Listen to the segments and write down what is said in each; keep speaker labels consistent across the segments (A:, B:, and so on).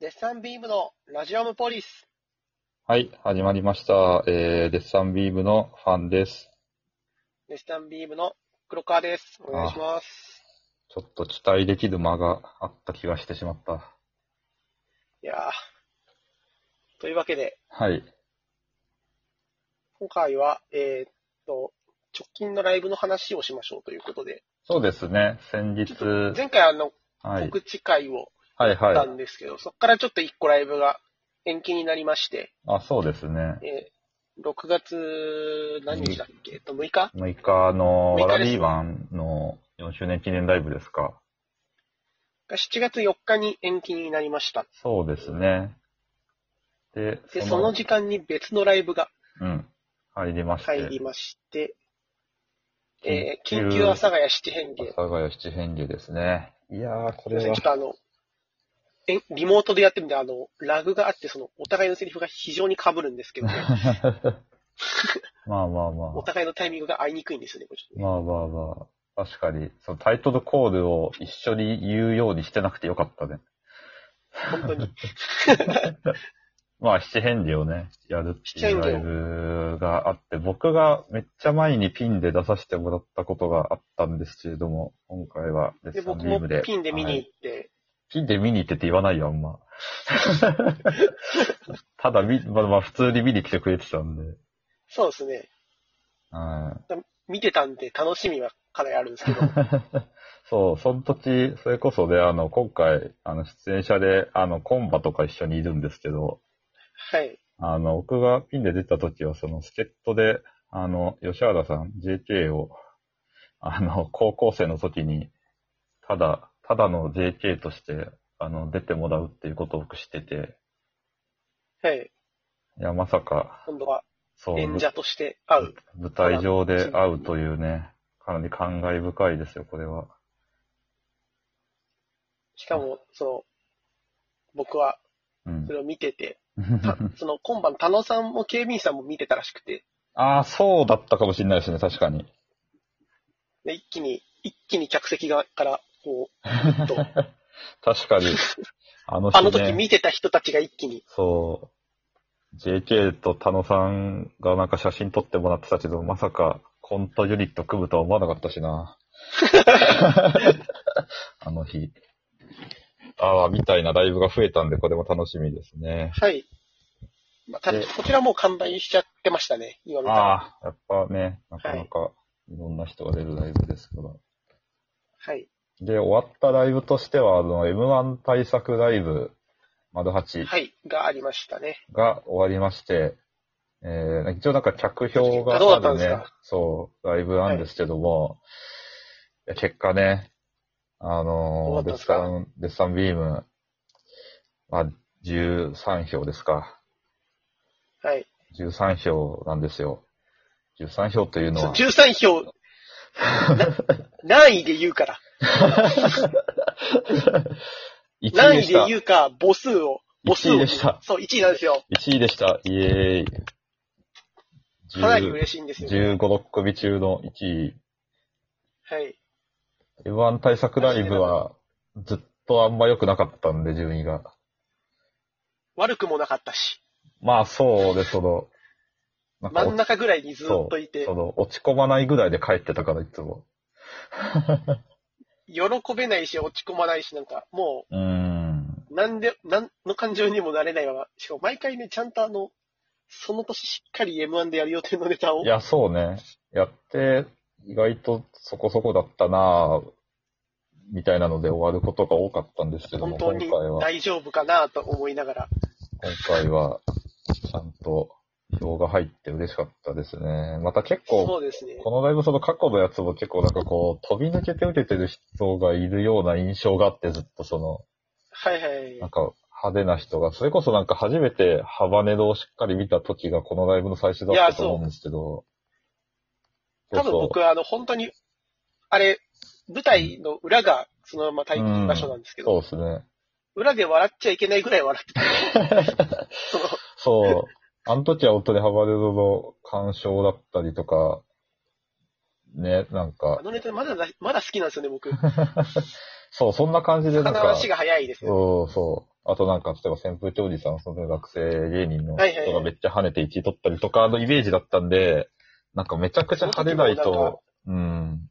A: デッサンビームのラジオムポリス。
B: はい、始まりました。えー、デッサンビームのファンです。
A: デッサンビームの黒川です。お願いします。
B: ちょっと期待できる間があった気がしてしまった。
A: いやーというわけで、
B: はい、
A: 今回は、えーっと、直近のライブの話をしましょうということで、
B: そうですね、先日、
A: 前回あの、
B: はい、
A: 告知会を
B: はい、
A: やった
B: はい。
A: んですけど、そこからちょっと一個ライブが延期になりまして、
B: あ、そうですね。
A: えー6月何日だっけ、えっと、6日
B: 6日の
A: 6
B: ワ
A: 日
B: ラ
A: です
B: ビーワンの4周年記念ライブですか。
A: が7月4日に延期になりました。
B: そうですね。で、
A: で、その時間に別のライブが
B: うん、入りまして、
A: 入りまして、えー
B: 緊
A: 緊
B: 急
A: 急阿佐ヶ谷七変
B: 阿
A: 化
B: 佐。ヶ谷七変化ですね。いやー、こ
A: すいま
B: れ
A: せん
B: は
A: ちょっ、とあの、えリモートでやってるんで、あの、ラグがあって、その、お互いのセリフが非常に被るん ですけ ど、
B: まあまあまあ。
A: お互いのタイミングが合いにくいんですよね、これちょっとね
B: まあまあまあ、確かに、そのタイトルコールを一緒に言うようにしてなくてよかったね。
A: 本当に。
B: まあ、七変化をね、やるってい
A: 七変
B: う
A: 化
B: ライブがあって、僕がめっちゃ前にピンで出させてもらったことがあったんですけれども、今回はデ
A: で、
B: ッサン
A: 僕
B: ビー
A: も
B: ムで。
A: ピンで見に
B: は
A: 行
B: い
A: って、
B: ピンで見に行ってって言わないよ、あんま。 ただみ、まあまあ、普通に見に来てくれてたんで。
A: そうですね、
B: はい。
A: 見てたんで楽しみはかなりあるんです けど、
B: そう、その時、それこそで、あの、今回、あの、出演者で、あの、コンバとか一緒にいるんですけど、
A: はい。
B: あの、僕がピンで出た時は、その、助っ人で、あの、吉原さん、JK を、あの、高校生の時に、ただ、ただの JK として、あの、出てもらうっていうことを僕してて、
A: はい。
B: いや、まさか、
A: 今度は
B: そう、
A: 演者として会う。
B: 舞台上で会うというね、かなり感慨深いですよ、これは。
A: しかも、その、僕は
B: うん
A: そ。れを見てて、 たその、今晩、田野さんも警備員さんも見てたらしくて、
B: ああ、そうだったかもしれないですね、確か に。
A: で、一気に、一気に客席側から、こ う、っと
B: 確かに。あの日、ね、
A: あの時見てた人たちが一気に、
B: そう。JK と田野さんがなんか写真撮ってもらってたけど、まさかコントユニット組むとは思わなかった しな。あの日。ああ、みたいなライブが増えたんで、これも楽しみですね。
A: はい。まあ、た
B: で
A: こちらもう完売しちゃってましたね、今見たら。
B: ああ、やっぱね、なかなかいろんな人が出るライブですから。
A: はい。
B: で、終わったライブとしては、あの、M1 対策ライブ、丸8
A: はい。がありましたね。
B: が終わりまして、えー、一応なんか着氷が
A: あどうだ
B: あ
A: ったん
B: る
A: ですか
B: ね、そう、ライブなんですけども、いや結果ね、あ
A: どうだったん
B: のーデッ
A: ですか
B: サン、デッサンビーム、まあ、13票ですか。
A: はい。
B: 13票なんですよ。13票というの
A: そ
B: は
A: う、13票、 な何位で言うから。
B: 1位
A: 何
B: で
A: 位
B: し
A: で
B: た。
A: 言うか、母数を、母数を。
B: 1位でした
A: そう、1位なんですよ。
B: 1位でした。イエーイ。
A: かなり嬉しいんですよ、ね。
B: 15、6組中の1位。
A: はい。
B: M1 対策ライブは、ずっとあんま良くなかったんで、順位が。
A: 悪くもなかったし、
B: まあ、そうで、その、なんか
A: 真ん中ぐらいにずっといて
B: そ、の、落ち込まないぐらいで帰ってたから、いつも。
A: 喜べないし、落ち込まないし、なんか、も
B: うーん。
A: う、なんで、なんの感情にもなれないまま、しかも毎回ね、ちゃんとあの、その年しっかり M1 でやる予定のネタを
B: い、や、そうね。やって、意外とそこそこだったなぁ、みたいなので終わることが多かったんですけど
A: 本
B: も、
A: 当
B: 今
A: に
B: 回は、
A: 大丈夫かなと思いながら、
B: 今回は、ちゃんと票が入って嬉しかったですね。また結構、
A: そうですね。
B: このライブその過去のやつも結構なんかこう、飛び抜けて受けてる人がいるような印象があって、ずっとその、
A: はいはい
B: なん。か派手な人が、それこそなんか初めてハバネロをしっかり見た時がこのライブの最初だったと思うんですけど、
A: 多分僕は、あの、本当に、あれ、舞台の裏がそのまま待機場所なんですけど、
B: そうそうですね。
A: 裏で笑っちゃいけないぐらい笑ってた。 その、
B: そう。あの時は本当にハバネロの鑑賞だったりとか、ね、なん
A: あ
B: か、
A: のネタまだだ、 まだ好きなんですよね、僕。
B: そう、そんな感じで
A: 魚
B: なん
A: の
B: か、
A: 話が早いですよ。
B: そうそう。あとなんか、例えば扇風機おじさん、その学生芸人の
A: はいはいはい
B: 人がめっちゃ跳ねて1位取ったりとかのイメージだったんで、なんかめちゃくちゃ跳ねない
A: その時もなんか
B: と、うん。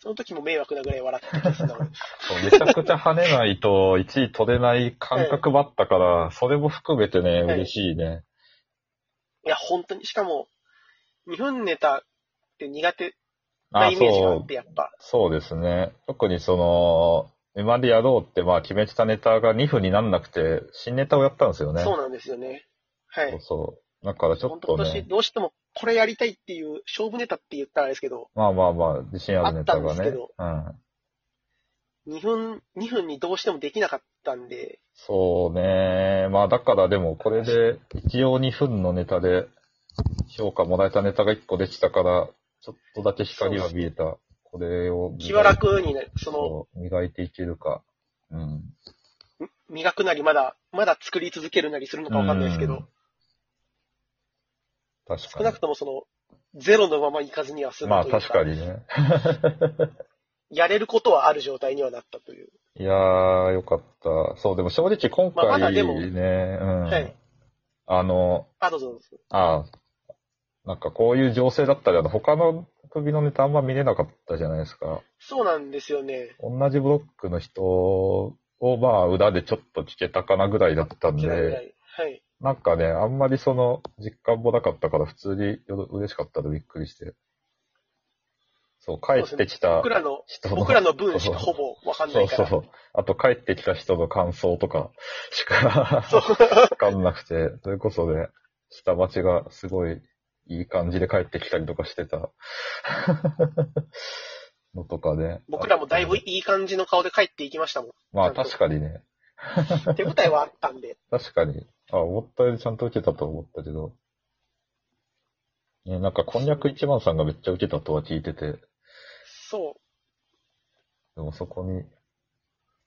A: その時も迷惑なぐらい笑ってた気がするな俺
B: そうめちゃくちゃ跳ねないと1位取れない感覚もあったから、それも含めてね、
A: はい
B: 嬉しいね。
A: いや、本当に、しかも、日本ネタって苦手な
B: あ、
A: イメージがあ
B: そ
A: っ
B: う。
A: て、やっぱ。
B: そうですね。特にその、今までやろうって、まあ決めてたネタが2分になんなくて、新ネタをやったんですよね。
A: そうなんですよね。はい。
B: そうそう。だからちょ
A: 本
B: っ
A: 当
B: と
A: 今年
B: ね、
A: どうしてもこれやりたいっていう勝負ネタって言ったらあれですけど、
B: まあまあまあ、自信あるネタ
A: あ
B: が
A: ったんですけ
B: ね。
A: ど
B: うん。
A: 2分、2分にどうしてもできなかったんで、
B: そうね。まあだからでもこれで、一応2分のネタで、評価もらえたネタが1個できたから、ちょっとだけ光は見えた。これを磨い、
A: 気は楽にね、その、
B: そう磨いていけるか。うん。
A: 磨くなりまだ、まだ作り続けるなりするのかわかんないですけ
B: う
A: ど
B: ん、。確かに。
A: 少なくともその、ゼロのままいかずには済む
B: まあ
A: というか、
B: 確かにね。
A: やれることはある状態にはなったという。
B: いやー、よかった。そう、でも正直今回ね、
A: まあまだでも
B: うん、
A: はい
B: あの、
A: あ、どうぞどうぞ。
B: あーなんかこういう情勢だったら、あの他の首のネタあんま見れなかったじゃないですか。
A: そうなんですよね。
B: 同じブロックの人を、まあ裏でちょっと聞けたかなぐらいだったん
A: 嫌いぐら
B: で、
A: い。はい。
B: なんかね、あんまりその実感もなかったから、普通によ嬉しかったのびっくりして。そう、帰ってきた
A: 僕らの、
B: 人の
A: 僕らの分しかほぼわかんな
B: そ
A: いうか
B: そう
A: ら。
B: そう。あと帰ってきた人の感想とかしか
A: そう
B: わかんなくて、それこそね、下町がすごいいい感じで帰ってきたりとかしてた のとかね。
A: 僕らもだいぶいい感じの顔で帰っていきましたもん。
B: まあ確かにね、
A: 手応えはあったんで。
B: 確かに。あ、思ったよりちゃんと受けたと思ったけど。ね、なんかこんにゃく一番さんがめっちゃ受けたとは聞いてて、で
A: そう。
B: もそこに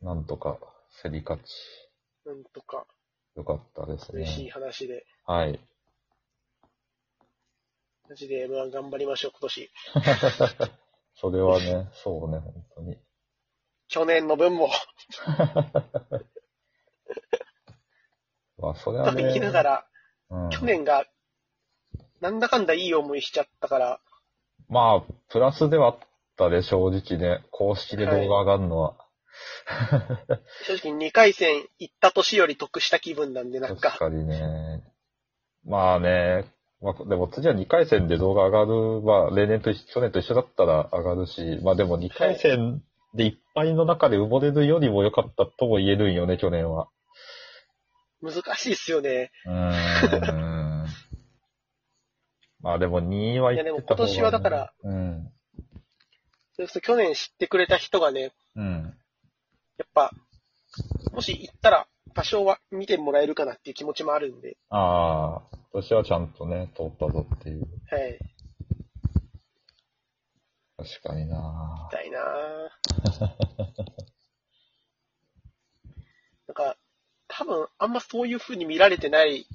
B: なんとか競り勝ち。
A: なんとか、
B: よかったですね。
A: 嬉しい話で。
B: はい。
A: マジで M1 頑張りましょう、今年。
B: それはね、そうね、本当に。
A: 去年の分も。
B: まあ、それは
A: と
B: ね。
A: 言きながら、
B: うん
A: 去年が、なんだかんだいい思いしちゃったから、
B: まあ、プラスではあったで、正直ね。公式で動画上がるのは。
A: 正直2回戦行った年より得した気分なんで、なん
B: 確
A: か、
B: かにね。まあね。まあ、でも次は2回戦で動画上がる。まあ、例年と一緒、去年と一緒だったら上がるし。まあでも2回戦でいっぱいの中で埋もれるよりも良かったとも言えるんよね、去年は。
A: 難しいっすよね。
B: うー ん。まあでも2位は言
A: いや
B: ってた方が、
A: でも今年はだから。
B: うん。
A: それこそ去年知ってくれた人がね、
B: うん。
A: やっぱ、もし行ったら、多少は見てもらえるかなっていう気持ちもあるんで、
B: ああ、今年はちゃんとね、通ったぞっていう。
A: はい。行
B: 確かにな
A: きたい なぁ。なんか、多分、あんまそういう風に見られてない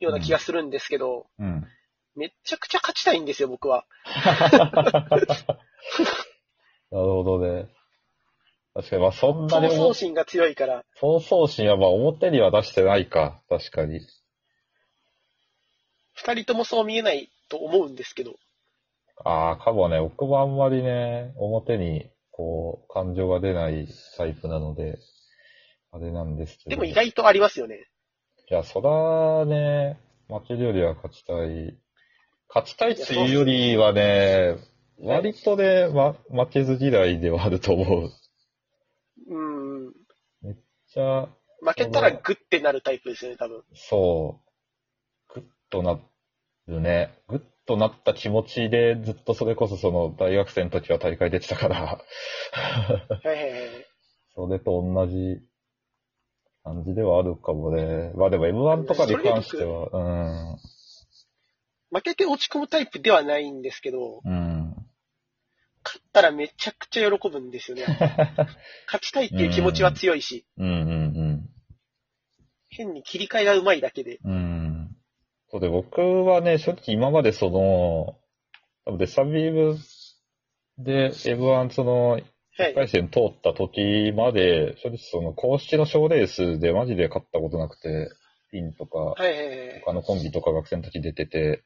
A: ような気がするんですけど、
B: うん。
A: めっちゃくちゃ勝ちたいんですよ、僕は。
B: なるほどね。確かに、まあそんな
A: 闘
B: に、
A: 争心が強いから、
B: 闘争心はまあ表には出してないか。確かに。
A: 二人ともそう見えないと思うんですけど、
B: ああ、かもね、僕もあんまりね、表に、こう、感情が出ないタイプなので、あれなんですけど。
A: でも意外とありますよね。
B: いや、そらね、負けるよりは勝ちたい。勝ちたいっていうよりは
A: やそう
B: ね、
A: っす
B: 割とね、ま、負けず嫌いではあると思う。
A: うん。
B: じゃあ、
A: 負けたらグッてなるタイプですよね、多分。
B: そう、グッとなるね。グッとなった気持ちで、ずっとそれこそその大学生の時は大会出てたから、
A: はいはいはい。
B: それと同じ感じではあるかもね。まあでも M1 とかに関しては、
A: 負けて落ち込むタイプではないんですけど、
B: うん、うん。
A: 勝ったらめちゃくちゃ喜ぶん ですよね。勝ちたいっていう気持ちは強いし、
B: うんうん
A: 変に切り替えがうまいだけで。
B: うん。うん。そうで、僕はね、正直今までその、多分デッサンビームで M1 その、
A: は
B: 1
A: い。
B: 回戦通った時まで、正直その公式の賞レースでマジで勝ったことなくて、ピンとか、
A: はいはいはい。
B: 他のコンビとか学生の時出てて、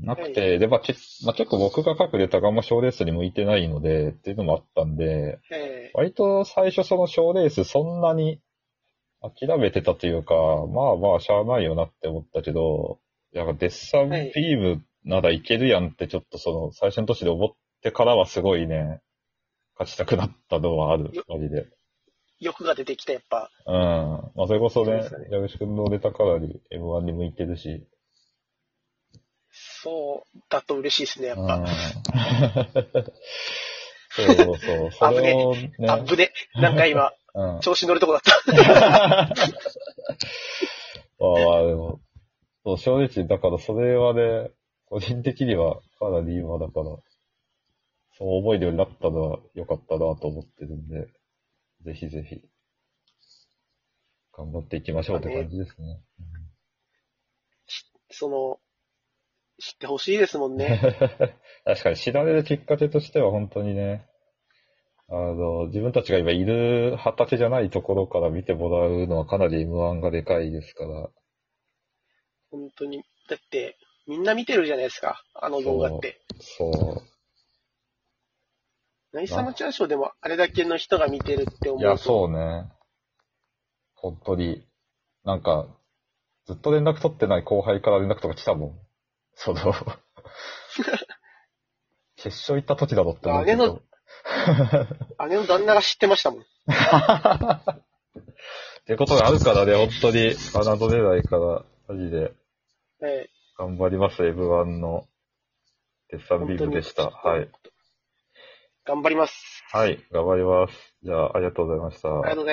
B: なく
A: は
B: て、で、まあ、けまあ、結構僕が各レターがあんま賞レースに向いてないので、っていうのもあったんで、
A: え
B: 割と最初その賞レースそんなに諦めてたというか、まあまあしゃあないよなって思ったけど、やっぱデッサン
A: はい
B: ビームならいけるやんってちょっとその最初の年で思ってからはすごいね、勝ちたくなったのはある
A: よ、
B: マジで。
A: ー欲が出てきた、やっぱ。
B: うん。まあそれこそ
A: そう
B: ね
A: ですよね、
B: 矢口くんのネタかなり M1 に向いてるし。
A: そうだと嬉しいですね、やっ
B: うん
A: ぱ。。
B: そうそうそう。それをね、
A: あ、ぶ ね。なんか今、
B: うん。
A: 調子乗るとこだった。
B: まあまあ、でも、そう、正直、だからそれはね、個人的にはかなり今だから、そう思えるようになったのは良かったなと思ってるんで、ぜひぜひ、頑張っていきましょうって感じですね。
A: その、知ってほしいですもんね。
B: 確かに知られるきっかけとしては本当にね、あの、自分たちが今いる畑じゃないところから見てもらうのはかなり M1 がでかいですから、
A: 本当に。だって、みんな見てるじゃないですか、あの動画って。
B: そう。
A: 何さんのチャーショーでもあれだけの人が見てるって思う
B: い
A: と。
B: や、そうね。本当に。なんか、ずっと連絡取ってない後輩から連絡とか来たもん。その、 決勝行った時だろって思うけ
A: あれの
B: ど。
A: 姉の旦那が知ってましたもん。
B: ってことがあるからね、本当に。侮れないから、マジで。
A: ええ
B: 頑張ります、M1 の。デッサンビームでした。
A: 本当に
B: はい。
A: 頑張ります。
B: はい、頑張ります。じゃあ、ありがとうございました。
A: ありがとうございます。